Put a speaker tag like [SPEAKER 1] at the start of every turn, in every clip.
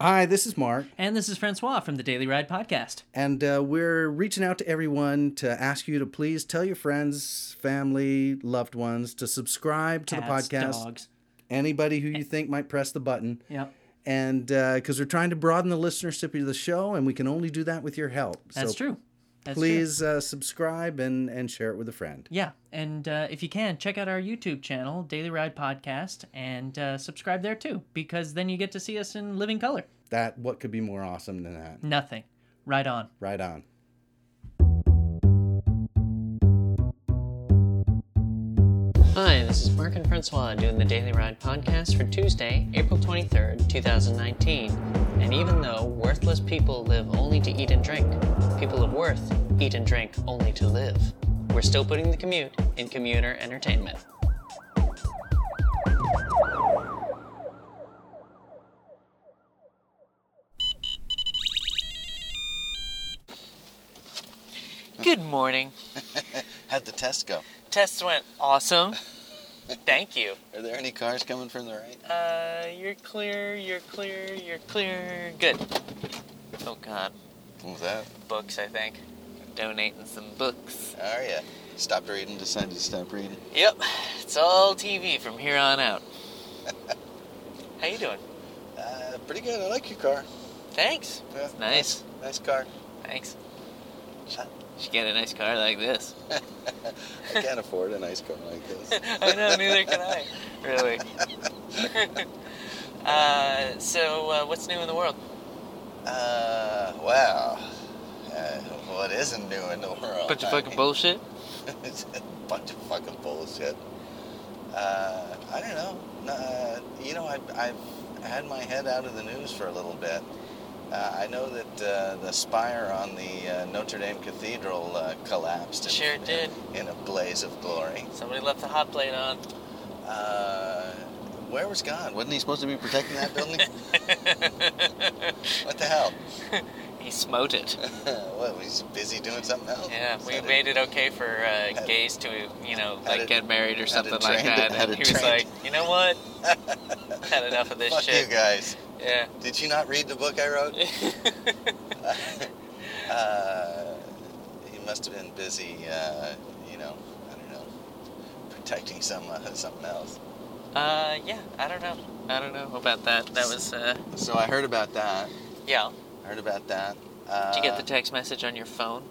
[SPEAKER 1] Hi, this is Mark,
[SPEAKER 2] And this is Francois from the Daily Ride Podcast.
[SPEAKER 1] and uh, we're reaching out to everyone to ask you to please tell your friends, family, loved ones to subscribe to
[SPEAKER 2] Cats, Eh.
[SPEAKER 1] the podcast.
[SPEAKER 2] Dogs.
[SPEAKER 1] Anybody who you think might press the button.
[SPEAKER 2] Yep.
[SPEAKER 1] And because we're trying to broaden the listenership of the show, and we can only do that with your help.
[SPEAKER 2] That's
[SPEAKER 1] so
[SPEAKER 2] true. That's True.
[SPEAKER 1] Please uh, subscribe and, and share it with a friend.
[SPEAKER 2] Yeah. And uh, if you can, check out our YouTube channel, Daily Ride Podcast, and uh, subscribe there too, because then you get to see us in living color.
[SPEAKER 1] That what could be more awesome than that?
[SPEAKER 2] Nothing. Right on.
[SPEAKER 1] Right on.
[SPEAKER 3] Hi, this is Mark and Francois doing the Daily Ride podcast for Tuesday, April 23rd, 2019. And even though worthless people live only to eat and drink, people of worth eat and drink only to live. We're still putting the commute in commuter entertainment. Good morning.
[SPEAKER 4] How'd the test go?
[SPEAKER 3] Tests went awesome. Thank you.
[SPEAKER 4] Are there any cars coming from the right?
[SPEAKER 3] Uh, you're clear, you're clear, you're clear. Good. Oh god,
[SPEAKER 4] What was that?
[SPEAKER 3] books, I think. Donating some books.
[SPEAKER 4] Are ya? Stopped reading, decided to stop reading.
[SPEAKER 3] Yep, it's all TV from here on out. How you doing?
[SPEAKER 4] Uh, pretty good. I like your car.
[SPEAKER 3] Thanks.
[SPEAKER 4] Yeah,
[SPEAKER 3] nice.
[SPEAKER 4] Nice car.
[SPEAKER 3] Thanks.
[SPEAKER 4] Huh?
[SPEAKER 3] You should get a nice car like this.
[SPEAKER 4] I can't afford a nice car like this.
[SPEAKER 3] I know, neither can I. Really. uh, so, uh, what's new in the world?
[SPEAKER 4] Uh, wow. Uh, what isn't new in the world?
[SPEAKER 3] Bunch of
[SPEAKER 4] I
[SPEAKER 3] fucking
[SPEAKER 4] mean,
[SPEAKER 3] bullshit.
[SPEAKER 4] it's a bunch of fucking bullshit. Uh, I don't know. No, Uh, you know, I've, I've had my head out of the news for a little bit. Uh, I know that uh, the spire on the uh, Notre Dame Cathedral uh, collapsed.
[SPEAKER 3] Sure did.
[SPEAKER 4] In a blaze of glory.
[SPEAKER 3] Somebody left the hot plate on.
[SPEAKER 4] Uh, where was God? Wasn't he supposed to be protecting that building? what the hell?
[SPEAKER 3] He smote it.
[SPEAKER 4] what, was he busy doing something else?
[SPEAKER 3] Yeah, we
[SPEAKER 4] Decided-
[SPEAKER 3] made it okay for uh, gays to, you know, like
[SPEAKER 4] it-
[SPEAKER 3] get married or
[SPEAKER 4] had
[SPEAKER 3] something
[SPEAKER 4] it
[SPEAKER 3] like
[SPEAKER 4] trained-
[SPEAKER 3] that.
[SPEAKER 4] had
[SPEAKER 3] And
[SPEAKER 4] it
[SPEAKER 3] he was like,
[SPEAKER 4] trained.
[SPEAKER 3] you know what? Had enough of this
[SPEAKER 4] Fuck
[SPEAKER 3] shit.
[SPEAKER 4] you guys.
[SPEAKER 3] Yeah.
[SPEAKER 4] Did you not read the book I wrote? Uh, he must have been busy, uh, you know, I don't know, protecting some uh, something else.
[SPEAKER 3] uh, yeah, I don't know. I don't know about that. That was, uh,
[SPEAKER 4] So I heard about that.
[SPEAKER 3] yeah.
[SPEAKER 4] Heard about that. Uh,
[SPEAKER 3] Did you get the text message on your phone?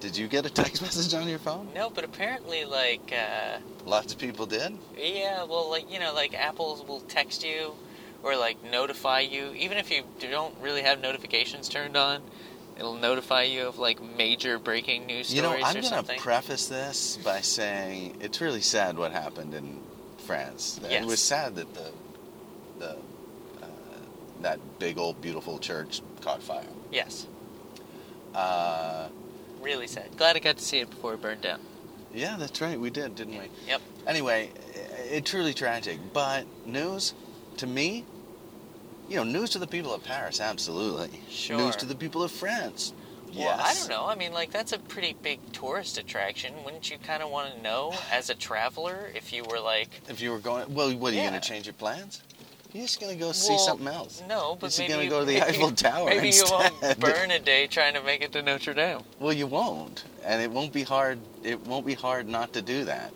[SPEAKER 4] did you get a text message on your phone?
[SPEAKER 3] No, but apparently, like, uh,
[SPEAKER 4] Lots of people did.
[SPEAKER 3] yeah, well, like, you know, like Apple will text you or, like, notify you. Even if you don't really have notifications turned on, it'll notify you of, like, major breaking news
[SPEAKER 4] you know,
[SPEAKER 3] stories
[SPEAKER 4] I'm
[SPEAKER 3] or
[SPEAKER 4] gonna
[SPEAKER 3] something.
[SPEAKER 4] preface this by saying it's really sad what happened in France.
[SPEAKER 3] Yes.
[SPEAKER 4] It was sad that the the uh, that big old beautiful church caught fire.
[SPEAKER 3] yes.
[SPEAKER 4] Uh,
[SPEAKER 3] Really sad. Glad I got to see it before it burned down.
[SPEAKER 4] yeah, that's right. We did, didn't we?
[SPEAKER 3] Yep.
[SPEAKER 4] anyway, it truly tragic. But news, to me, you know, news to the people of Paris, absolutely.
[SPEAKER 3] Sure.
[SPEAKER 4] News to the people of France.
[SPEAKER 3] Well, I don't
[SPEAKER 4] yes.
[SPEAKER 3] know. I mean, like that's a pretty big tourist attraction. Wouldn't you kind of want to know as a traveler if you were like
[SPEAKER 4] If you were going, well, what are you
[SPEAKER 3] Yeah.
[SPEAKER 4] going to change your plans? You're just going to go see
[SPEAKER 3] well,
[SPEAKER 4] something else.
[SPEAKER 3] No, but
[SPEAKER 4] Is he
[SPEAKER 3] maybe
[SPEAKER 4] gonna
[SPEAKER 3] you-
[SPEAKER 4] go to the
[SPEAKER 3] maybe-
[SPEAKER 4] Eiffel Tower
[SPEAKER 3] Maybe you
[SPEAKER 4] instead?
[SPEAKER 3] won't burn a day trying to make it to Notre Dame.
[SPEAKER 4] Well, you won't, and it won't be hard. It won't be hard not to do that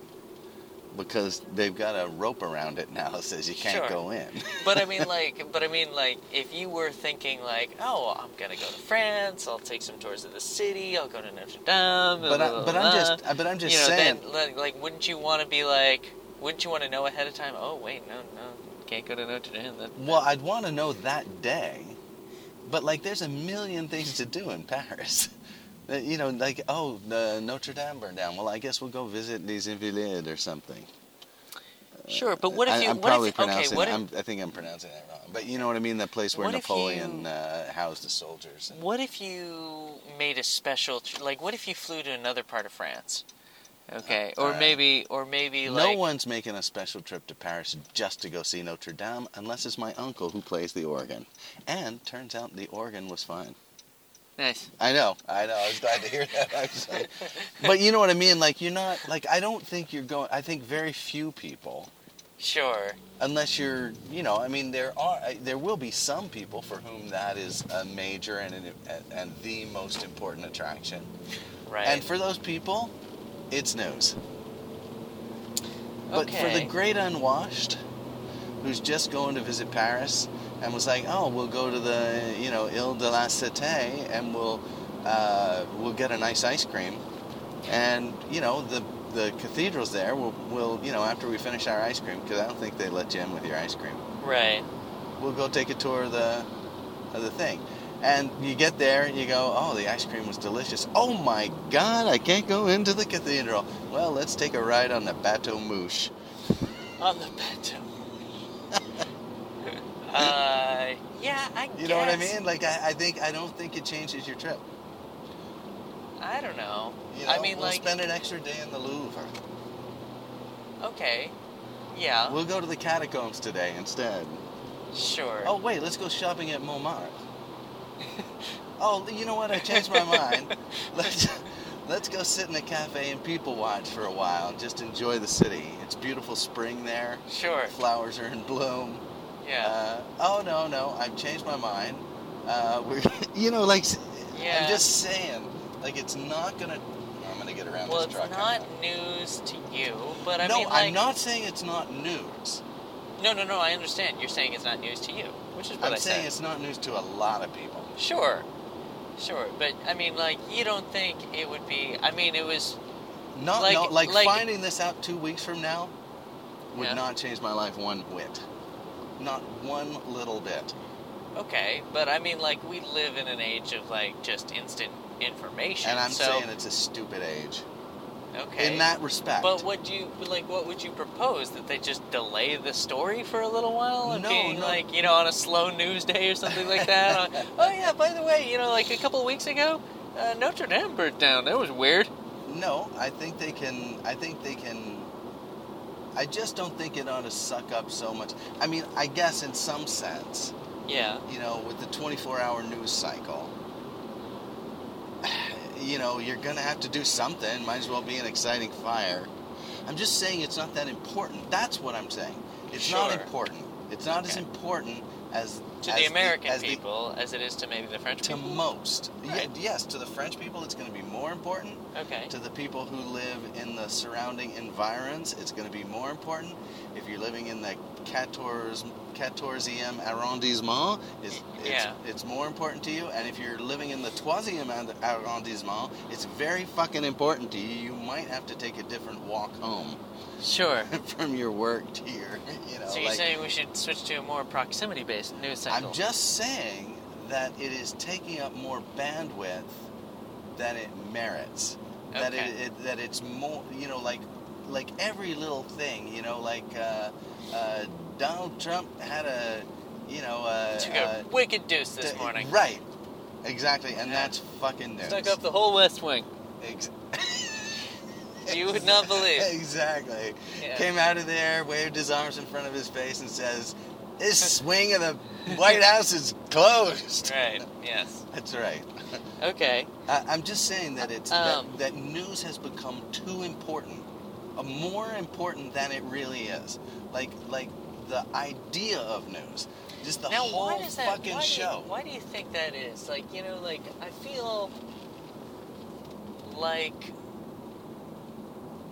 [SPEAKER 4] because they've got a rope around it now that says you can't
[SPEAKER 3] Sure.
[SPEAKER 4] go in.
[SPEAKER 3] But I mean, like, but I mean, like, if you were thinking like, oh, I'm gonna go to France. I'll take some tours of the city. I'll go to Notre Dame.
[SPEAKER 4] But, I, but I'm just, but I'm just
[SPEAKER 3] you know,
[SPEAKER 4] saying.
[SPEAKER 3] Then, like, like, wouldn't you want to be like, wouldn't you want to know ahead of time? Oh, wait, no, no, can't go to Notre Dame. That,
[SPEAKER 4] Well, I'd want to know that day, but like, there's a million things to do in Paris. That, You know, like, oh, the Notre Dame burned down. Well, I guess we'll go visit Les Invalides or something.
[SPEAKER 3] sure, but what if
[SPEAKER 4] I,
[SPEAKER 3] you?
[SPEAKER 4] I'm
[SPEAKER 3] what
[SPEAKER 4] probably
[SPEAKER 3] if, okay,
[SPEAKER 4] pronouncing.
[SPEAKER 3] what if,
[SPEAKER 4] I'm, I think I'm pronouncing that wrong. But you know what I mean? That place where
[SPEAKER 3] What if
[SPEAKER 4] Napoleon
[SPEAKER 3] you-
[SPEAKER 4] uh, housed the soldiers.
[SPEAKER 3] what if you made a special? tr- Like, what if you flew to another part of France? Okay, or
[SPEAKER 4] Alright.
[SPEAKER 3] maybe, or maybe
[SPEAKER 4] Uh, no
[SPEAKER 3] like,
[SPEAKER 4] one's making a special trip to Paris just to go see Notre Dame, unless it's my uncle who plays the organ. And turns out the organ was fine.
[SPEAKER 3] nice.
[SPEAKER 4] I know, I know. I was glad to hear that. I was like- but you know what I mean? Like you're not like I don't think you're going. I think very few people
[SPEAKER 3] Sure.
[SPEAKER 4] unless you're you know i mean there are there will be some people for whom that is a major and an, and the most important attraction
[SPEAKER 3] Right.
[SPEAKER 4] and for those people it's news but for
[SPEAKER 3] Okay.
[SPEAKER 4] the great unwashed who's just going to visit paris and was like oh we'll go to the you know ile de la cite and we'll uh, we'll get a nice ice cream and you know the the cathedral's there. We'll, we'll you know after we finish our ice cream because I don't think they let you in with your ice cream.
[SPEAKER 3] right.
[SPEAKER 4] We'll go take a tour of the of the thing, and you get there and you go, oh, the ice cream was delicious. Oh my God, I can't go into the cathedral. Well, let's take a ride on the bateau mouche.
[SPEAKER 3] On the bed. uh, yeah, I
[SPEAKER 4] You know what I
[SPEAKER 3] guess.
[SPEAKER 4] mean? Like I, I think I don't think it changes your trip.
[SPEAKER 3] I don't know.
[SPEAKER 4] You
[SPEAKER 3] I
[SPEAKER 4] know,
[SPEAKER 3] mean,
[SPEAKER 4] we'll
[SPEAKER 3] like,
[SPEAKER 4] spend an extra day in the Louvre.
[SPEAKER 3] okay. Yeah,
[SPEAKER 4] We'll go to the catacombs today instead.
[SPEAKER 3] sure.
[SPEAKER 4] Oh wait, let's go shopping at Montmartre. oh, you know what? I changed my mind. Let's let's go sit in a cafe and people watch for a while and just enjoy the city. It's beautiful spring there.
[SPEAKER 3] sure.
[SPEAKER 4] Flowers are in bloom.
[SPEAKER 3] Yeah.
[SPEAKER 4] Uh, oh no, no, I've changed my mind. Uh, we're you know like s-
[SPEAKER 3] Yeah.
[SPEAKER 4] I'm just saying like it's not gonna. I'm gonna get around
[SPEAKER 3] well, it's
[SPEAKER 4] this truck.
[SPEAKER 3] not news to you, but I
[SPEAKER 4] no,
[SPEAKER 3] mean, like,
[SPEAKER 4] I'm not saying it's not news.
[SPEAKER 3] No, no, no. I understand. You're saying it's not news to you, which is what
[SPEAKER 4] I'm
[SPEAKER 3] I
[SPEAKER 4] saying
[SPEAKER 3] said.
[SPEAKER 4] it's not news to a lot of people.
[SPEAKER 3] Sure, sure. But I mean, like, you don't think it would be? I mean, it was
[SPEAKER 4] Not
[SPEAKER 3] Like-
[SPEAKER 4] no, like,
[SPEAKER 3] like-
[SPEAKER 4] finding this out two weeks from now would
[SPEAKER 3] Yeah.
[SPEAKER 4] not change my life one whit. Not one little bit.
[SPEAKER 3] okay, but I mean, like, we live in an age of like just instant information.
[SPEAKER 4] And I'm
[SPEAKER 3] so,
[SPEAKER 4] saying it's a stupid age.
[SPEAKER 3] okay.
[SPEAKER 4] In that respect.
[SPEAKER 3] But what do you like? What would you propose that they just delay the story for a little while and
[SPEAKER 4] No,
[SPEAKER 3] being
[SPEAKER 4] no.
[SPEAKER 3] like you know on a slow news day or something like that? on, oh yeah, by the way, you know, like a couple of weeks ago, uh, Notre Dame burnt down. That was weird.
[SPEAKER 4] no, I think they can I think they can I just don't think it ought to suck up so much. I mean, I guess in some sense,
[SPEAKER 3] Yeah,
[SPEAKER 4] you know, with the 24-hour news cycle, you know, you're going to have to do something. Might as well be an exciting fire. I'm just saying it's not that important. That's what I'm saying. It's not
[SPEAKER 3] Sure.
[SPEAKER 4] important. It's not as
[SPEAKER 3] Okay.
[SPEAKER 4] important as
[SPEAKER 3] to
[SPEAKER 4] as
[SPEAKER 3] the American
[SPEAKER 4] as the-
[SPEAKER 3] people as it is to maybe the French
[SPEAKER 4] to
[SPEAKER 3] people.
[SPEAKER 4] most, Ye-
[SPEAKER 3] Right.
[SPEAKER 4] yes, to the French people, it's going to be more important.
[SPEAKER 3] okay.
[SPEAKER 4] To the people who live in the surrounding environs, it's going to be more important. If you're living in the 14, 14e arrondissement, it's, it's,
[SPEAKER 3] Yeah.
[SPEAKER 4] it's more important to you. And if you're living in the 3e arrondissement, it's very fucking important to you. You might have to take a different walk home
[SPEAKER 3] Sure.
[SPEAKER 4] from your work to your, you know.
[SPEAKER 3] So you're
[SPEAKER 4] like-
[SPEAKER 3] saying we should switch to a more proximity-based news cycle?
[SPEAKER 4] I'm just saying that it is taking up more bandwidth than it merits. That it,
[SPEAKER 3] Okay.
[SPEAKER 4] it that it's more you know like like every little thing you know like uh, uh, Donald Trump had a you know uh,
[SPEAKER 3] took
[SPEAKER 4] uh,
[SPEAKER 3] a wicked deuce this
[SPEAKER 4] d-
[SPEAKER 3] morning.
[SPEAKER 4] right exactly and
[SPEAKER 3] Yeah.
[SPEAKER 4] that's fucking news.
[SPEAKER 3] Stuck up the whole West Wing.
[SPEAKER 4] Ex-
[SPEAKER 3] You would not believe.
[SPEAKER 4] exactly.
[SPEAKER 3] Yeah.
[SPEAKER 4] Came out of there, waved his arms in front of his face, and says, "This swing of the White House is closed."
[SPEAKER 3] Right. Yes.
[SPEAKER 4] That's right.
[SPEAKER 3] Okay.
[SPEAKER 4] I, I'm just saying that it's
[SPEAKER 3] Um,
[SPEAKER 4] that, that news has become too important, uh, more important than it really is. Like like the idea of news, just the
[SPEAKER 3] now
[SPEAKER 4] whole
[SPEAKER 3] why does that?
[SPEAKER 4] fucking
[SPEAKER 3] why Do
[SPEAKER 4] show.
[SPEAKER 3] you, why do you think that is? Like you know, like I feel like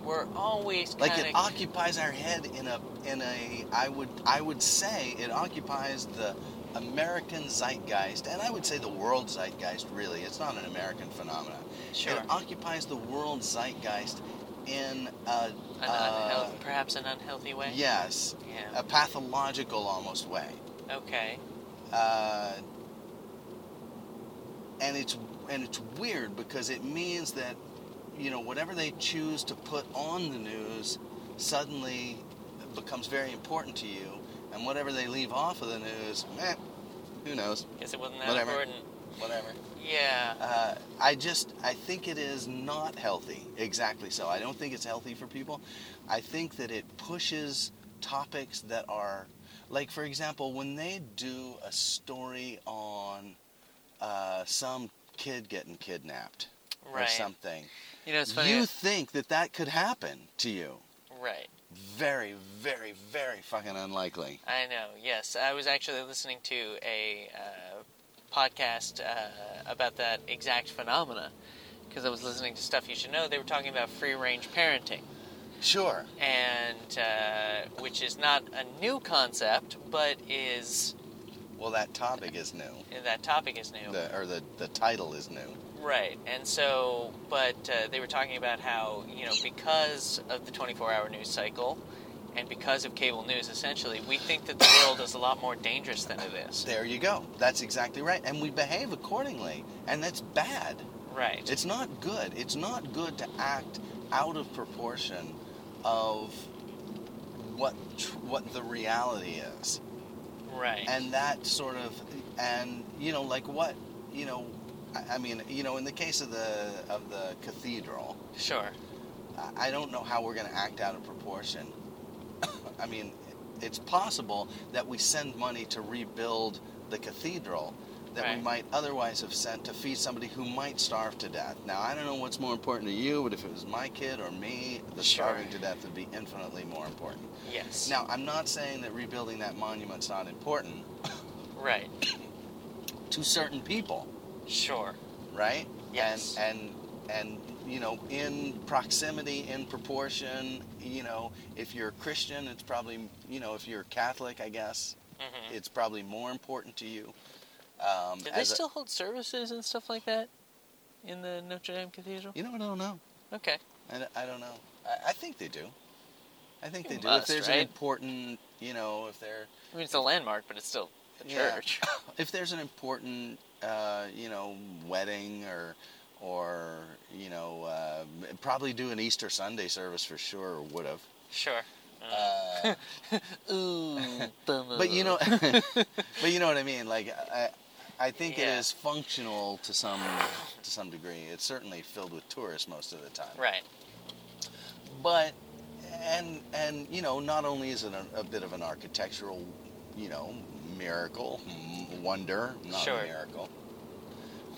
[SPEAKER 3] we're always
[SPEAKER 4] like
[SPEAKER 3] kinda,
[SPEAKER 4] it occupies our head in a in a I would I would say it occupies the American zeitgeist, and I would say the world zeitgeist. Really, it's not an American phenomenon.
[SPEAKER 3] sure
[SPEAKER 4] It occupies the world zeitgeist in a
[SPEAKER 3] an
[SPEAKER 4] uh,
[SPEAKER 3] unhealthy, perhaps an unhealthy way.
[SPEAKER 4] yes,
[SPEAKER 3] Yeah.
[SPEAKER 4] a pathological almost way.
[SPEAKER 3] okay.
[SPEAKER 4] uh, and it's and it's weird because it means that you know whatever they choose to put on the news suddenly becomes very important to you, and whatever they leave off of the news, eh, who knows?
[SPEAKER 3] Guess it wasn't that
[SPEAKER 4] Whatever.
[SPEAKER 3] important.
[SPEAKER 4] Whatever.
[SPEAKER 3] Yeah.
[SPEAKER 4] Uh, I just I think it is not healthy. Exactly so. I don't think it's healthy for people. I think that it pushes topics that are like, for example, when they do a story on uh, some kid getting kidnapped
[SPEAKER 3] Right.
[SPEAKER 4] or something,
[SPEAKER 3] You know, it's funny.
[SPEAKER 4] you
[SPEAKER 3] I-
[SPEAKER 4] think that that could happen to you,
[SPEAKER 3] right.
[SPEAKER 4] very, very, very fucking unlikely.
[SPEAKER 3] I know. Yes, I was actually listening to a uh, podcast uh, about that exact phenomena because I was listening to stuff you should know. They were talking about free range parenting,
[SPEAKER 4] Sure.
[SPEAKER 3] and uh, which is not a new concept, but is
[SPEAKER 4] Well, that topic is new.
[SPEAKER 3] that topic is new.
[SPEAKER 4] The, or the, the title is new.
[SPEAKER 3] Right, and so, but uh, they were talking about how you know because of the twenty-four hour news cycle, and because of cable news, essentially, we think that the world is a lot more dangerous than it is.
[SPEAKER 4] There you go. That's exactly right. And we behave accordingly. And that's bad.
[SPEAKER 3] Right.
[SPEAKER 4] It's not good. It's not good to act out of proportion of what tr- what the reality is.
[SPEAKER 3] right.
[SPEAKER 4] and that sort of and you know like what you know I, I mean you know in the case of the of the cathedral
[SPEAKER 3] sure.
[SPEAKER 4] I- i don't know how we're going to act out of proportion i mean it's possible that we send money to rebuild the cathedral that we
[SPEAKER 3] Right.
[SPEAKER 4] might otherwise have sent to feed somebody who might starve to death. Now, I don't know what's more important to you, but if it was my kid or me, the
[SPEAKER 3] Sure.
[SPEAKER 4] starving to death would be infinitely more important.
[SPEAKER 3] Yes.
[SPEAKER 4] Now, I'm not saying that rebuilding that monument's not important
[SPEAKER 3] Right.
[SPEAKER 4] to certain people.
[SPEAKER 3] Sure.
[SPEAKER 4] right?
[SPEAKER 3] Yes.
[SPEAKER 4] And and and you know, in proximity, in proportion, you know, if you're a Christian, it's probably you know, if you're Catholic, I guess,
[SPEAKER 3] hmm
[SPEAKER 4] it's probably more important to you. Um,
[SPEAKER 3] Do they
[SPEAKER 4] as a-
[SPEAKER 3] still hold services and stuff like that in the Notre Dame Cathedral?
[SPEAKER 4] you know, I don't know.
[SPEAKER 3] Okay.
[SPEAKER 4] I, don't- I don't know. I, I think they do. I think
[SPEAKER 3] They
[SPEAKER 4] they do.
[SPEAKER 3] must,
[SPEAKER 4] if there's
[SPEAKER 3] right?
[SPEAKER 4] an important, you know, if they're
[SPEAKER 3] I mean, it's a landmark, but it's still a
[SPEAKER 4] Yeah.
[SPEAKER 3] church.
[SPEAKER 4] if there's an important, uh, you know, wedding or, or you know, uh, probably do an Easter Sunday service for sure, or would have.
[SPEAKER 3] Sure. Mm.
[SPEAKER 4] Uh,
[SPEAKER 3] Ooh, bummer.
[SPEAKER 4] but you know, but you know what I mean. Like I, I think
[SPEAKER 3] Yeah.
[SPEAKER 4] it is functional to some to some degree. It's certainly filled with tourists most of the time.
[SPEAKER 3] Right.
[SPEAKER 4] But and and you know, not only is it a, a bit of an architectural, you know, miracle m- wonder, not
[SPEAKER 3] Sure.
[SPEAKER 4] a miracle,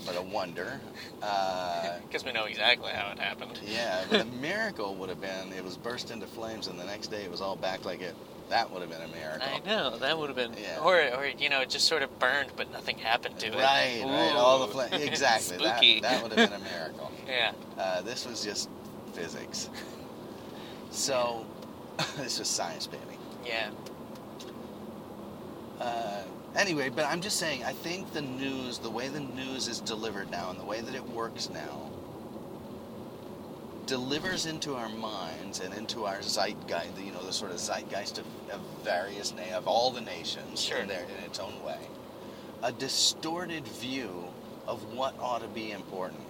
[SPEAKER 4] but a wonder. Uh,
[SPEAKER 3] Because we know exactly how it happened.
[SPEAKER 4] yeah, but a miracle would have been it was burst into flames, and the next day it was all back like it. That would have been a miracle.
[SPEAKER 3] I know that would have been,
[SPEAKER 4] Yeah.
[SPEAKER 3] or or you know, it just sort of burned, but nothing happened to it.
[SPEAKER 4] Right, right.
[SPEAKER 3] Ooh.
[SPEAKER 4] All the fla- exactly. that,
[SPEAKER 3] Spooky.
[SPEAKER 4] that would have been a miracle.
[SPEAKER 3] Yeah.
[SPEAKER 4] Uh, this was just physics. So, this was science, baby.
[SPEAKER 3] Yeah.
[SPEAKER 4] Uh, anyway, but I'm just saying, I think the news, the way the news is delivered now, and the way that it works now, delivers into our minds and into our zeitgeist, you know, the sort of zeitgeist of, of various na- of all the nations,
[SPEAKER 3] Sure.
[SPEAKER 4] in, their, in its own way, a distorted view of what ought to be important.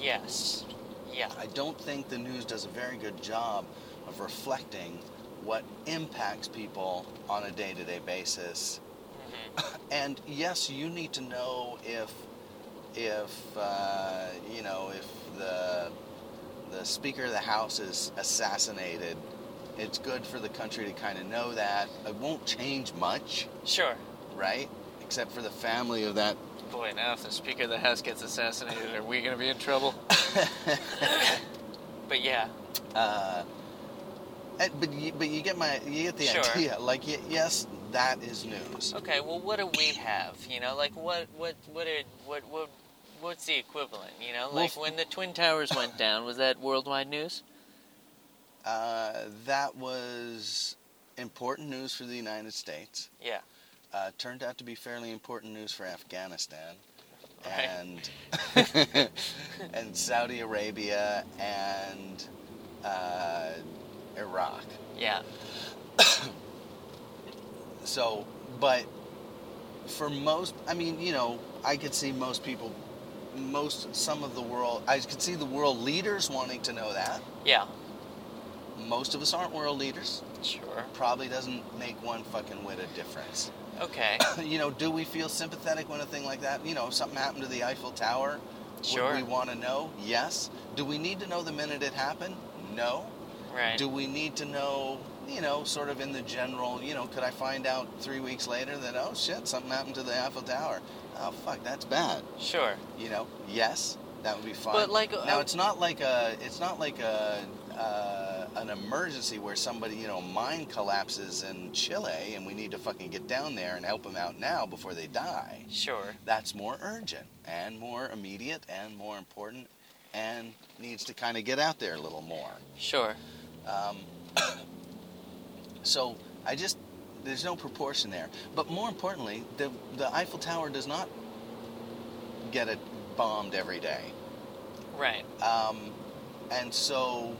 [SPEAKER 3] Yes. Yeah.
[SPEAKER 4] I don't think the news does a very good job of reflecting what impacts people on a day to day basis. And yes, you need to know if, if uh, you know, if the, the Speaker of the House is assassinated. It's good for the country to kind of know that. It won't change much,
[SPEAKER 3] Sure.
[SPEAKER 4] right? Except for the family of that
[SPEAKER 3] Boy, now if the Speaker of the House gets assassinated, are we gonna be in trouble? but yeah.
[SPEAKER 4] Uh, and- but you, but you get my you get the
[SPEAKER 3] Sure.
[SPEAKER 4] idea. Like y- yes, that is news.
[SPEAKER 3] Okay. Well, what do we have? You know, like what what what are what what what's the equivalent? You know,
[SPEAKER 4] Well,
[SPEAKER 3] like
[SPEAKER 4] f-
[SPEAKER 3] when the Twin Towers went down, was that worldwide news? Oh.
[SPEAKER 4] Uh, that was important news for the United States.
[SPEAKER 3] Yeah.
[SPEAKER 4] Uh, turned out to be fairly important news for Afghanistan
[SPEAKER 3] Right.
[SPEAKER 4] and and Saudi Arabia and uh, Iraq.
[SPEAKER 3] Yeah.
[SPEAKER 4] So, but for most, I mean, you know, I could see most people, most, some of the world, I could see the world leaders wanting to know that.
[SPEAKER 3] Yeah.
[SPEAKER 4] Most of us aren't world leaders.
[SPEAKER 3] Sure.
[SPEAKER 4] Probably doesn't make one fucking whit of difference.
[SPEAKER 3] Okay.
[SPEAKER 4] you know, do we feel sympathetic when a thing like that, you know, if something happened to the Eiffel Tower?
[SPEAKER 3] Sure.
[SPEAKER 4] Would we want to know? Yes. Do we need to know the minute it happened? No.
[SPEAKER 3] Right.
[SPEAKER 4] Do we need to know, you know, sort of in the general, you know, could I find out three weeks later that, oh shit, something happened to the Eiffel Tower? Oh fuck, that's bad.
[SPEAKER 3] Sure.
[SPEAKER 4] You know, yes, that would be fine.
[SPEAKER 3] But, like,
[SPEAKER 4] now
[SPEAKER 3] uh,
[SPEAKER 4] it's not like a, it's not like a, uh, an emergency where somebody, you know, mine collapses in Chile and we need to fucking get down there and help them out now before they die.
[SPEAKER 3] Sure.
[SPEAKER 4] That's more urgent and more immediate and more important and needs to kind of get out there a little more.
[SPEAKER 3] Sure.
[SPEAKER 4] Um, so I just there's no proportion there. But more importantly, the the Eiffel Tower does not get it bombed every day,
[SPEAKER 3] Right.
[SPEAKER 4] um, and so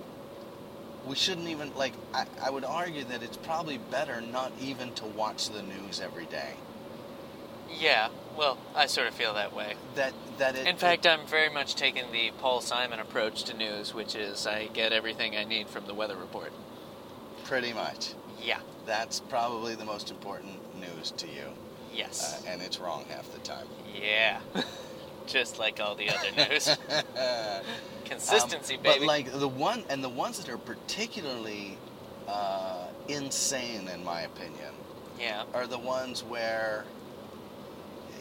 [SPEAKER 4] we shouldn't even like. I, I would argue that it's probably better not even to watch the news every day.
[SPEAKER 3] Yeah. Well, I sort of feel that way.
[SPEAKER 4] That that it,
[SPEAKER 3] In fact, I'm very much taking the Paul Simon approach to news, which is I get everything I need from the weather report.
[SPEAKER 4] pretty much.
[SPEAKER 3] Yeah.
[SPEAKER 4] That's probably the most important news to you, uh,
[SPEAKER 3] Yes.
[SPEAKER 4] and it's wrong half the time.
[SPEAKER 3] yeah. Just like all the other news.
[SPEAKER 4] Um,
[SPEAKER 3] Consistency,
[SPEAKER 4] but
[SPEAKER 3] baby.
[SPEAKER 4] like the one and the ones that are particularly uh, insane, in my opinion,
[SPEAKER 3] yeah.
[SPEAKER 4] are the ones where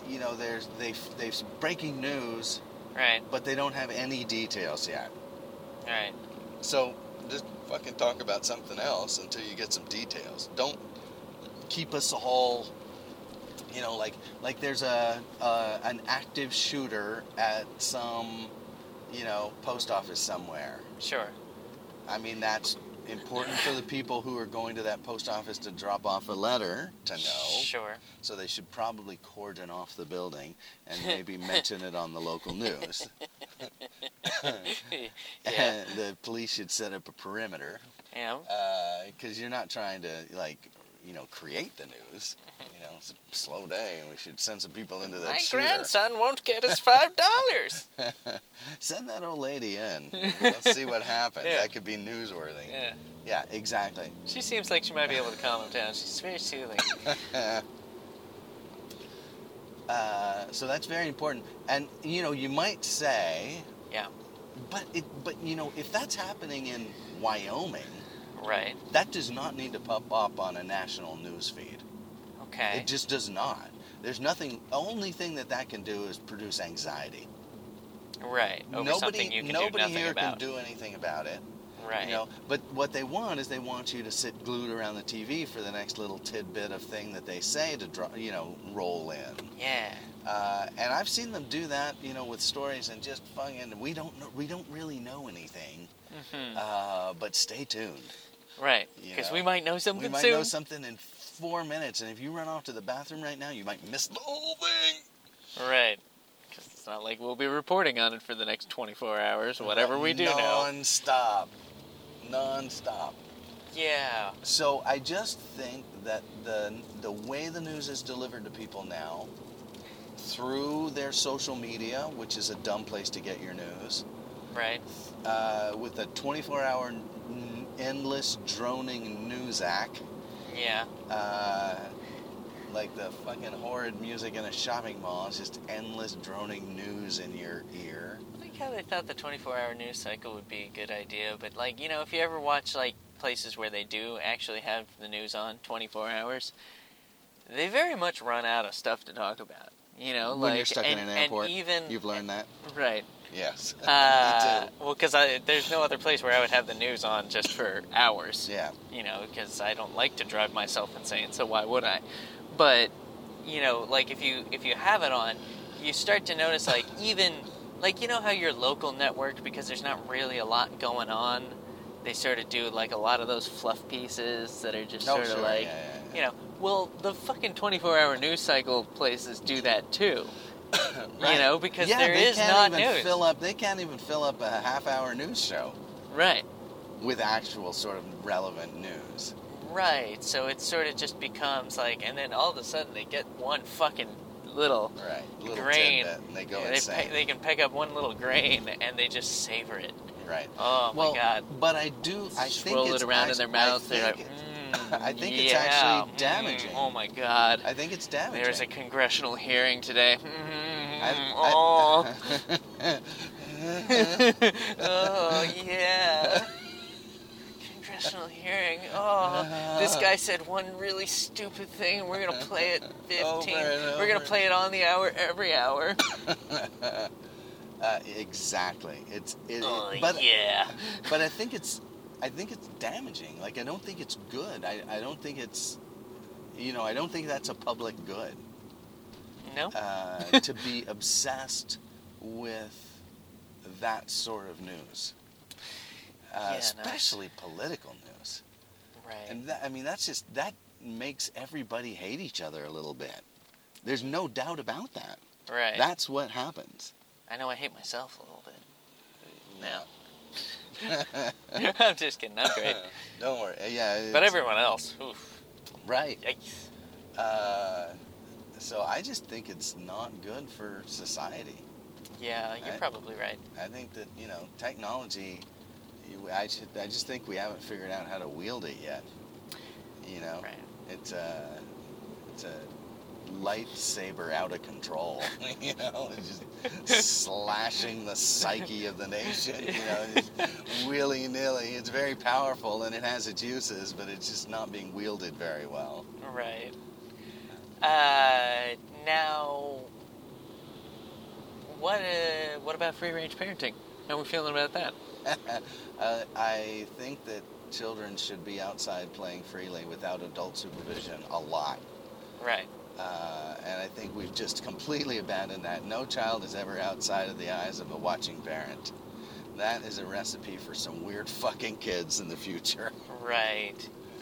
[SPEAKER 4] you know there's they they've breaking news,
[SPEAKER 3] Right.
[SPEAKER 4] but they don't have any details yet.
[SPEAKER 3] Right.
[SPEAKER 4] So just fucking talk about something else until you get some details. Don't keep us all, you know, like like there's a uh, an active shooter at some, you know, post office somewhere.
[SPEAKER 3] Sure.
[SPEAKER 4] I mean, that's important for the people who are going to that post office to drop off a letter to know.
[SPEAKER 3] Sure.
[SPEAKER 4] So they should probably cordon off the building and maybe mention it on the local news.
[SPEAKER 3] yeah.
[SPEAKER 4] the police should set up a perimeter
[SPEAKER 3] Yeah.
[SPEAKER 4] because you're not trying to like, you know, create the news. You know, it's a slow day, and we should send some people into that
[SPEAKER 3] Mm-hmm. My
[SPEAKER 4] shooter.
[SPEAKER 3] grandson won't get his five dollars.
[SPEAKER 4] Send that old lady in. Let's see what happens.
[SPEAKER 3] Yeah.
[SPEAKER 4] That could be newsworthy.
[SPEAKER 3] yeah.
[SPEAKER 4] yeah exactly.
[SPEAKER 3] She seems like she might be able to calm him down. She's very soothing.
[SPEAKER 4] Uh, so that's very important. And you know, you might say,
[SPEAKER 3] Yeah.
[SPEAKER 4] but it, but you know, if that's happening in Wyoming,
[SPEAKER 3] Right.
[SPEAKER 4] that does not need to pop up on a national news feed.
[SPEAKER 3] Okay.
[SPEAKER 4] It just does not. There's nothing. Only thing that that can do is produce anxiety.
[SPEAKER 3] right. Over
[SPEAKER 4] nobody,
[SPEAKER 3] something you can do
[SPEAKER 4] nobody
[SPEAKER 3] nothing
[SPEAKER 4] here
[SPEAKER 3] about.
[SPEAKER 4] can do anything about it.
[SPEAKER 3] right.
[SPEAKER 4] You know, but what they want is they want you to sit glued around the TV for the next little tidbit of thing that they say to draw, you know, roll in.
[SPEAKER 3] Yeah.
[SPEAKER 4] Uh, and I've seen them do that, you know, with stories and just fucking. We don't know. We don't really know anything.
[SPEAKER 3] hmm
[SPEAKER 4] Uh, but stay tuned.
[SPEAKER 3] right.
[SPEAKER 4] you
[SPEAKER 3] Because
[SPEAKER 4] know,
[SPEAKER 3] we might know something
[SPEAKER 4] we might
[SPEAKER 3] soon.
[SPEAKER 4] know something in four minutes, and if you run off to the bathroom right now, you might miss the whole thing.
[SPEAKER 3] right. Because it's not like we'll be reporting on it for the next 24 hours, whatever we do know.
[SPEAKER 4] Non-stop, non-stop.
[SPEAKER 3] Yeah.
[SPEAKER 4] So I just think that the the way the news is delivered to people now, through their social media, which is a dumb place to get your news,
[SPEAKER 3] Right.
[SPEAKER 4] uh, with a 24-hour n- endless droning news act,
[SPEAKER 3] Yeah.
[SPEAKER 4] uh, like the fucking horrid music in a shopping mall, it's just endless droning news in your ear.
[SPEAKER 3] I like how they thought the 24 hour news cycle would be a good idea, but, like, you know, if you ever watch, like, places where they do actually have the news on 24 hours, they very much run out of stuff to talk about. You know,
[SPEAKER 4] when
[SPEAKER 3] like,
[SPEAKER 4] you're stuck
[SPEAKER 3] and,
[SPEAKER 4] in an
[SPEAKER 3] and
[SPEAKER 4] airport,
[SPEAKER 3] even
[SPEAKER 4] you've learned that.
[SPEAKER 3] right.
[SPEAKER 4] Yes, Me
[SPEAKER 3] Uh,
[SPEAKER 4] too.
[SPEAKER 3] well, because there's no other place where I would have the news on just for hours.
[SPEAKER 4] Yeah.
[SPEAKER 3] You know, because I don't like to drive myself insane, so why would I? But you know, like if you if you have it on, you start to notice like even like you know how your local network because there's not really a lot going on, they sort of do like a lot of those fluff pieces that are just
[SPEAKER 4] Oh,
[SPEAKER 3] sort
[SPEAKER 4] sure,
[SPEAKER 3] of like
[SPEAKER 4] yeah, yeah, yeah.
[SPEAKER 3] you know. Well, the fucking 24-hour news cycle places do that too. You
[SPEAKER 4] Right.
[SPEAKER 3] know, because
[SPEAKER 4] yeah,
[SPEAKER 3] there
[SPEAKER 4] they
[SPEAKER 3] is
[SPEAKER 4] can't
[SPEAKER 3] not
[SPEAKER 4] even
[SPEAKER 3] news.
[SPEAKER 4] Fill up, they can't even fill up a half-hour news show
[SPEAKER 3] Right.
[SPEAKER 4] with actual sort of relevant news.
[SPEAKER 3] Right, so it sort of just becomes like, and then all of a sudden they get one fucking little.
[SPEAKER 4] Right. Little
[SPEAKER 3] Grain.
[SPEAKER 4] tidbit, and they go
[SPEAKER 3] they,
[SPEAKER 4] insane.
[SPEAKER 3] pick- they can pick up one little grain and they just savor it.
[SPEAKER 4] right.
[SPEAKER 3] Oh
[SPEAKER 4] well,
[SPEAKER 3] my god.
[SPEAKER 4] but I do. I think
[SPEAKER 3] Swirl
[SPEAKER 4] it's
[SPEAKER 3] it around in
[SPEAKER 4] act-
[SPEAKER 3] their mouth.
[SPEAKER 4] I
[SPEAKER 3] They're like,
[SPEAKER 4] think it-
[SPEAKER 3] mm,
[SPEAKER 4] I think it's
[SPEAKER 3] yeah,
[SPEAKER 4] actually
[SPEAKER 3] mm,
[SPEAKER 4] damaging.
[SPEAKER 3] oh my god.
[SPEAKER 4] I think it's damaging.
[SPEAKER 3] There's a congressional hearing today. Mm,
[SPEAKER 4] I- I-
[SPEAKER 3] oh. oh yeah. Congressional hearing. Oh, this guy said one really stupid thing, and we're gonna play it fifteen.
[SPEAKER 4] Over and
[SPEAKER 3] We're gonna
[SPEAKER 4] over.
[SPEAKER 3] play it on the hour every hour.
[SPEAKER 4] uh, exactly. It's. It,
[SPEAKER 3] Oh
[SPEAKER 4] but
[SPEAKER 3] yeah.
[SPEAKER 4] but I think it's. I I think it's damaging. Like I don't think it's good. I, I don't think it's you know, I don't think that's a public good.
[SPEAKER 3] No.
[SPEAKER 4] Uh, to be obsessed with that sort of news. Uh,
[SPEAKER 3] Yeah, no.
[SPEAKER 4] especially political news.
[SPEAKER 3] right.
[SPEAKER 4] And that, I mean that's just that makes everybody hate each other a little bit. There's no doubt about that.
[SPEAKER 3] right.
[SPEAKER 4] That's what happens.
[SPEAKER 3] I know I hate myself a little bit now. I'm just kidding. I'm great.
[SPEAKER 4] Don't worry. Uh, Yeah.
[SPEAKER 3] But
[SPEAKER 4] it's-
[SPEAKER 3] everyone else, oof,
[SPEAKER 4] right.
[SPEAKER 3] yikes.
[SPEAKER 4] Uh, so I just think it's not good for society.
[SPEAKER 3] Yeah, you're
[SPEAKER 4] Right.
[SPEAKER 3] probably right.
[SPEAKER 4] I think that you know technology. you- I should, I just think we haven't figured out how to wield it yet. You know,
[SPEAKER 3] Right.
[SPEAKER 4] it's a it's a lightsaber out of control. you know, it's just slashing the psyche of the nation. You know, just willy nilly. It's very powerful and it has its uses, but it's just not being wielded very well.
[SPEAKER 3] Right. Uh, now, what uh, what about free range parenting? How are we feeling about that?
[SPEAKER 4] uh, I think that children should be outside playing freely without adult supervision a lot.
[SPEAKER 3] Right.
[SPEAKER 4] Uh, and I think we've just completely abandoned that. No child is ever outside of the eyes of a watching parent. That is a recipe for some weird fucking kids in the future.
[SPEAKER 3] Right.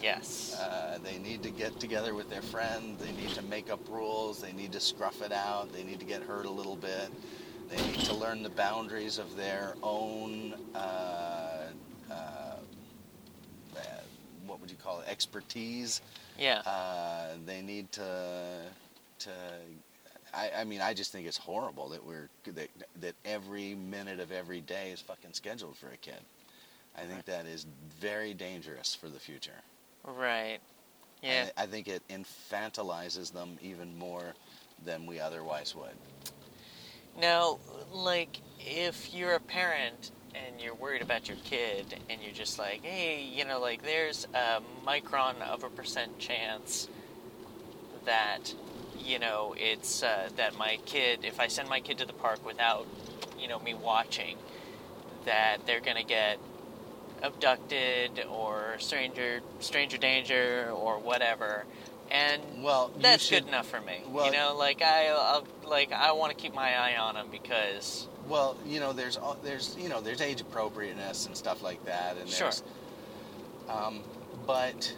[SPEAKER 3] Yes.
[SPEAKER 4] Uh, they need to get together with their friends. They need to make up rules. They need to scruff it out. They need to get hurt a little bit. They need to learn the boundaries of their own, uh, uh, uh, what would you call it, expertise.
[SPEAKER 3] yeah.
[SPEAKER 4] Uh, they need to, to. I, I mean, I just think it's horrible that we're that, that every minute of every day is fucking scheduled for a kid. I think that is very dangerous for the future.
[SPEAKER 3] right. Yeah.
[SPEAKER 4] I, I think it infantilizes them even more than we otherwise would.
[SPEAKER 3] Now, like, if you're a parent and you're worried about your kid, and you're just like, hey, you know, like, there's a micron of a percent chance that, you know, it's uh, that my kid, if I send my kid to the park without, you know, me watching, that they're gonna get abducted or stranger stranger danger or whatever, and
[SPEAKER 4] Well, you
[SPEAKER 3] that's
[SPEAKER 4] should-
[SPEAKER 3] good enough for me.
[SPEAKER 4] well-
[SPEAKER 3] you know, like I, I'll, like I want to keep my eye on them because
[SPEAKER 4] Well, you know, there's al- there's you know there's age appropriateness and stuff like that, and
[SPEAKER 3] Sure.
[SPEAKER 4] there's, um, but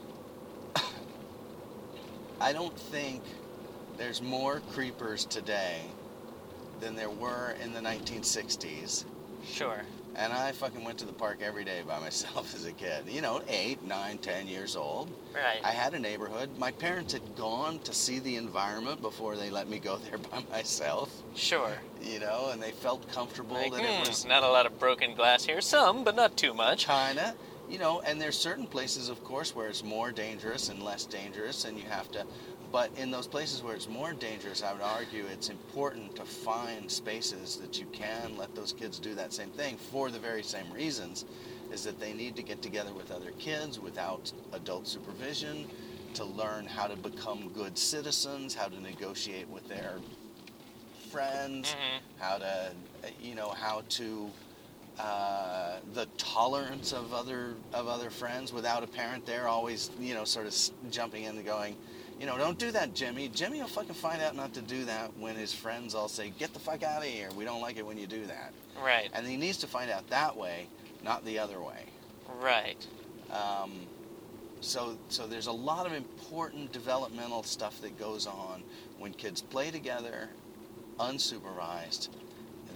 [SPEAKER 4] I don't think there's more creepers today than there were in the 1960s.
[SPEAKER 3] sure,
[SPEAKER 4] And I fucking went to the park every day by myself as a kid. You know, eight, nine, ten years old.
[SPEAKER 3] right,
[SPEAKER 4] I had a neighborhood. My parents had gone to see the environment before they let me go there by myself.
[SPEAKER 3] sure.
[SPEAKER 4] You know, and they felt comfortable
[SPEAKER 3] Like,
[SPEAKER 4] that it
[SPEAKER 3] hmm,
[SPEAKER 4] was
[SPEAKER 3] not a lot of broken glass here, some, but not too much.
[SPEAKER 4] China. You know, and there's certain places, of course, where it's more dangerous and less dangerous, and you have to. But in those places where it's more dangerous, I would argue it's important to find spaces that you can let those kids do that same thing for the very same reasons, is that they need to get together with other kids without adult supervision, to learn how to become good citizens, how to negotiate with their friends,
[SPEAKER 3] Mhm.
[SPEAKER 4] how to, you know, how to uh, the tolerance of other of other friends without a parent there always you know sort of s- jumping in and going you know don't do that jimmy jimmy will fucking find out not to do that when his friends all say get the fuck out of here we don't like it when you do that
[SPEAKER 3] Right,
[SPEAKER 4] and he needs to find out that way not the other way
[SPEAKER 3] right,
[SPEAKER 4] um, so, so there's a lot of important developmental stuff that goes on when kids play together, unsupervised.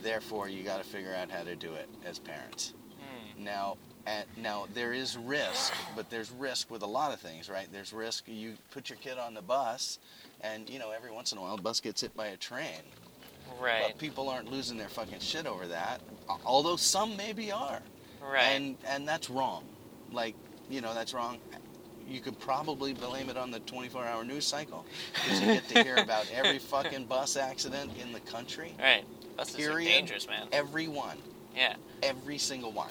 [SPEAKER 4] Therefore, you got to figure out how to do it as parents.
[SPEAKER 3] Hmm.
[SPEAKER 4] Now, at, now there is risk, but there's risk with a lot of things, right? There's risk. You put your kid on the bus, and you know every once in a while, the bus gets hit by a train.
[SPEAKER 3] right,
[SPEAKER 4] But people aren't losing their fucking shit over that, al- although some maybe are
[SPEAKER 3] right.
[SPEAKER 4] and and that's wrong like you know that's wrong you could probably blame it on the 24-hour news cycle because you get to hear about every fucking bus accident in the country
[SPEAKER 3] right. Buses
[SPEAKER 4] period.
[SPEAKER 3] are dangerous, man.
[SPEAKER 4] every one
[SPEAKER 3] Yeah,
[SPEAKER 4] every single one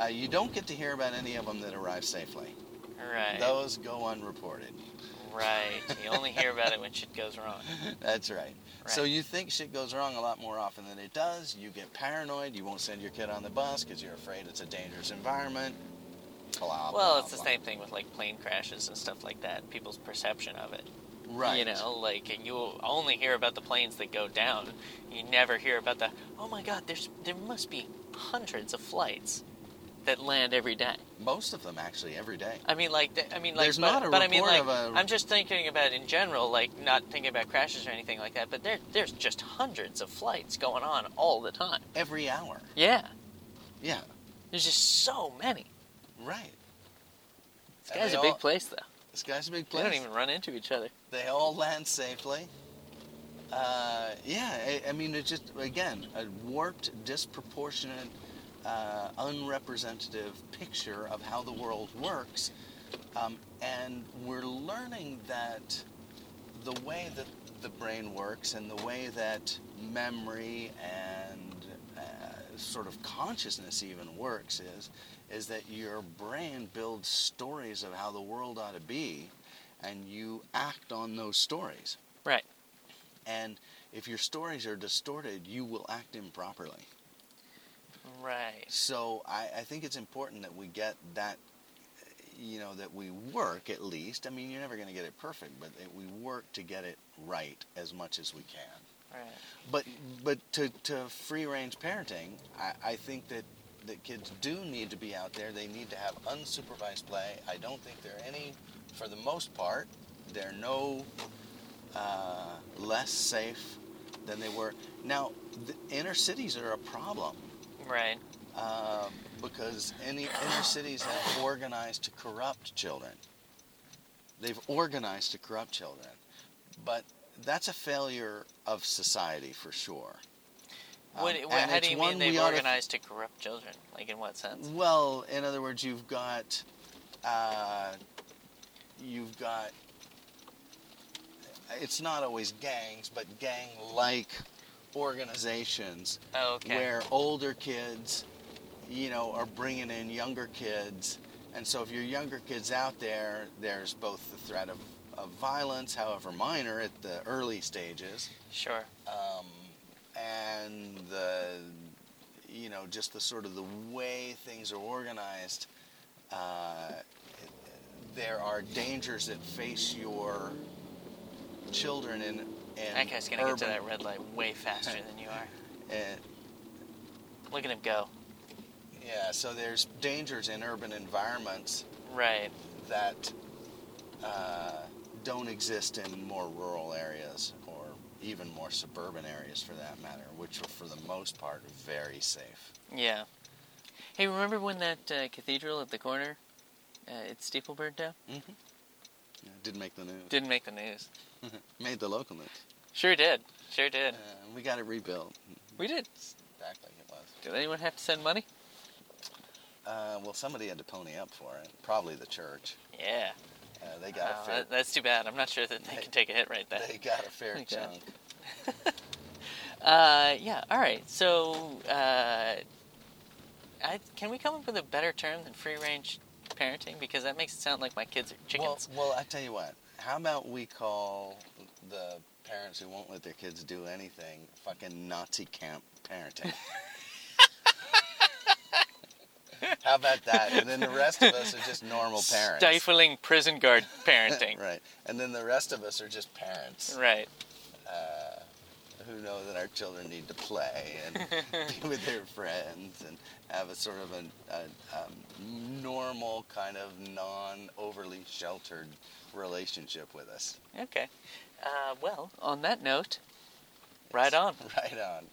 [SPEAKER 4] uh, you don't get to hear about any of them that arrive safely
[SPEAKER 3] right,
[SPEAKER 4] those go unreported
[SPEAKER 3] right. You only hear about it when shit goes wrong.
[SPEAKER 4] that's right. so
[SPEAKER 3] Right.
[SPEAKER 4] you think shit goes wrong a lot more often than it does you get paranoid you won't send your kid on the bus because you're afraid it's a dangerous environment blah,
[SPEAKER 3] Well,
[SPEAKER 4] blah,
[SPEAKER 3] it's the
[SPEAKER 4] blah.
[SPEAKER 3] same thing with like plane crashes and stuff like that. People's perception of it.
[SPEAKER 4] Right.
[SPEAKER 3] You know, like you only hear about the planes that go down. You never hear about the oh my god, there's there must be hundreds of flights that land every day.
[SPEAKER 4] Most of them, actually, every day.
[SPEAKER 3] I mean, like, th- I mean, like,
[SPEAKER 4] There's
[SPEAKER 3] but,
[SPEAKER 4] not a
[SPEAKER 3] but I mean, like,
[SPEAKER 4] report of a-
[SPEAKER 3] I'm just thinking about in general, like, not thinking about crashes or anything like that. But there, there's just hundreds of flights going on all the time.
[SPEAKER 4] Every hour.
[SPEAKER 3] Yeah,
[SPEAKER 4] Yeah.
[SPEAKER 3] there's just so many.
[SPEAKER 4] Right.
[SPEAKER 3] This
[SPEAKER 4] And
[SPEAKER 3] guy's
[SPEAKER 4] they
[SPEAKER 3] a big
[SPEAKER 4] all-
[SPEAKER 3] place, though.
[SPEAKER 4] This guy's a big
[SPEAKER 3] They
[SPEAKER 4] place.
[SPEAKER 3] don't even run into each other.
[SPEAKER 4] They all land safely. Uh, yeah, I, I mean, it's just, again, a warped, disproportionate, uh, unrepresentative picture of how the world works. Um, and we're learning that the way that the brain works and the way that memory and uh, sort of consciousness even works is is that your brain builds stories of how the world ought to be and you act on those stories
[SPEAKER 3] Right.
[SPEAKER 4] and if your stories are distorted you will act improperly
[SPEAKER 3] Right.
[SPEAKER 4] so I, I think it's important that we get that, you know, that we work at least. I mean, you're never going to get it perfect, but that we work to get it right as much as we can.
[SPEAKER 3] Right.
[SPEAKER 4] But but to, to free range parenting, I, I think that that kids do need to be out there. They need to have unsupervised play. I don't think there are any, for the most part, they're no uh, less safe than they were. Now, the inner cities are a problem
[SPEAKER 3] Right.
[SPEAKER 4] uh, because any inner cities have organized to corrupt children. They've organized to corrupt children, but that's a failure of society for sure. Um,
[SPEAKER 3] what, what,
[SPEAKER 4] and
[SPEAKER 3] how
[SPEAKER 4] it's
[SPEAKER 3] do you
[SPEAKER 4] one
[SPEAKER 3] mean they've
[SPEAKER 4] we oughta-
[SPEAKER 3] organized to corrupt children? Like, in what sense?
[SPEAKER 4] Well, in other words, you've got, uh, you've got. It's not always gangs, but gang-like organizations
[SPEAKER 3] Oh, okay.
[SPEAKER 4] where older kids, you know, are bringing in younger kids. And so if your younger kid's out there, there's both the threat of, of violence, however minor, at the early stages,
[SPEAKER 3] Sure.
[SPEAKER 4] um, and the, you know, just the sort of the way things are organized. Uh, there are dangers that face your children in, in
[SPEAKER 3] That guy's gonna get to
[SPEAKER 4] urban-
[SPEAKER 3] that red light way faster than you are.
[SPEAKER 4] in-
[SPEAKER 3] Look at him go.
[SPEAKER 4] Yeah, so there's dangers in urban environments
[SPEAKER 3] Right.
[SPEAKER 4] that uh, don't exist in more rural areas or even more suburban areas for that matter, which are for the most part very safe.
[SPEAKER 3] Yeah. Hey, remember when that uh, cathedral at the corner, uh, it's steeple burned down?
[SPEAKER 4] Yeah, did make the news.
[SPEAKER 3] Didn't make the news.
[SPEAKER 4] Made the local news.
[SPEAKER 3] Sure did. Sure did.
[SPEAKER 4] Uh, we got it rebuilt
[SPEAKER 3] We did.
[SPEAKER 4] back like it was.
[SPEAKER 3] Did anyone have to send money?
[SPEAKER 4] Uh, well, somebody had to pony up for it. Probably the church.
[SPEAKER 3] Yeah.
[SPEAKER 4] Uh, they got
[SPEAKER 3] Oh,
[SPEAKER 4] a fair.
[SPEAKER 3] that- that's too bad. I'm not sure that they can take a hit right there.
[SPEAKER 4] They got a fair
[SPEAKER 3] Okay.
[SPEAKER 4] chunk.
[SPEAKER 3] Uh, yeah. All right. So, uh, I, can we come up with a better term than free range parenting? Because that makes it sound like my kids are
[SPEAKER 4] Well,
[SPEAKER 3] chickens.
[SPEAKER 4] well, I tell you what. How about we call the parents who won't let their kids do anything fucking Nazi camp parenting? how about that? And then the rest of us are just normal parents.
[SPEAKER 3] Stifling prison guard parenting.
[SPEAKER 4] Right. And then the rest of us are just parents
[SPEAKER 3] right.
[SPEAKER 4] uh, who know that our children need to play and be with their friends and have a sort of a, a um, normal kind of non overly sheltered relationship with us.
[SPEAKER 3] Okay. Uh, well, on that note, right on.
[SPEAKER 4] Right on.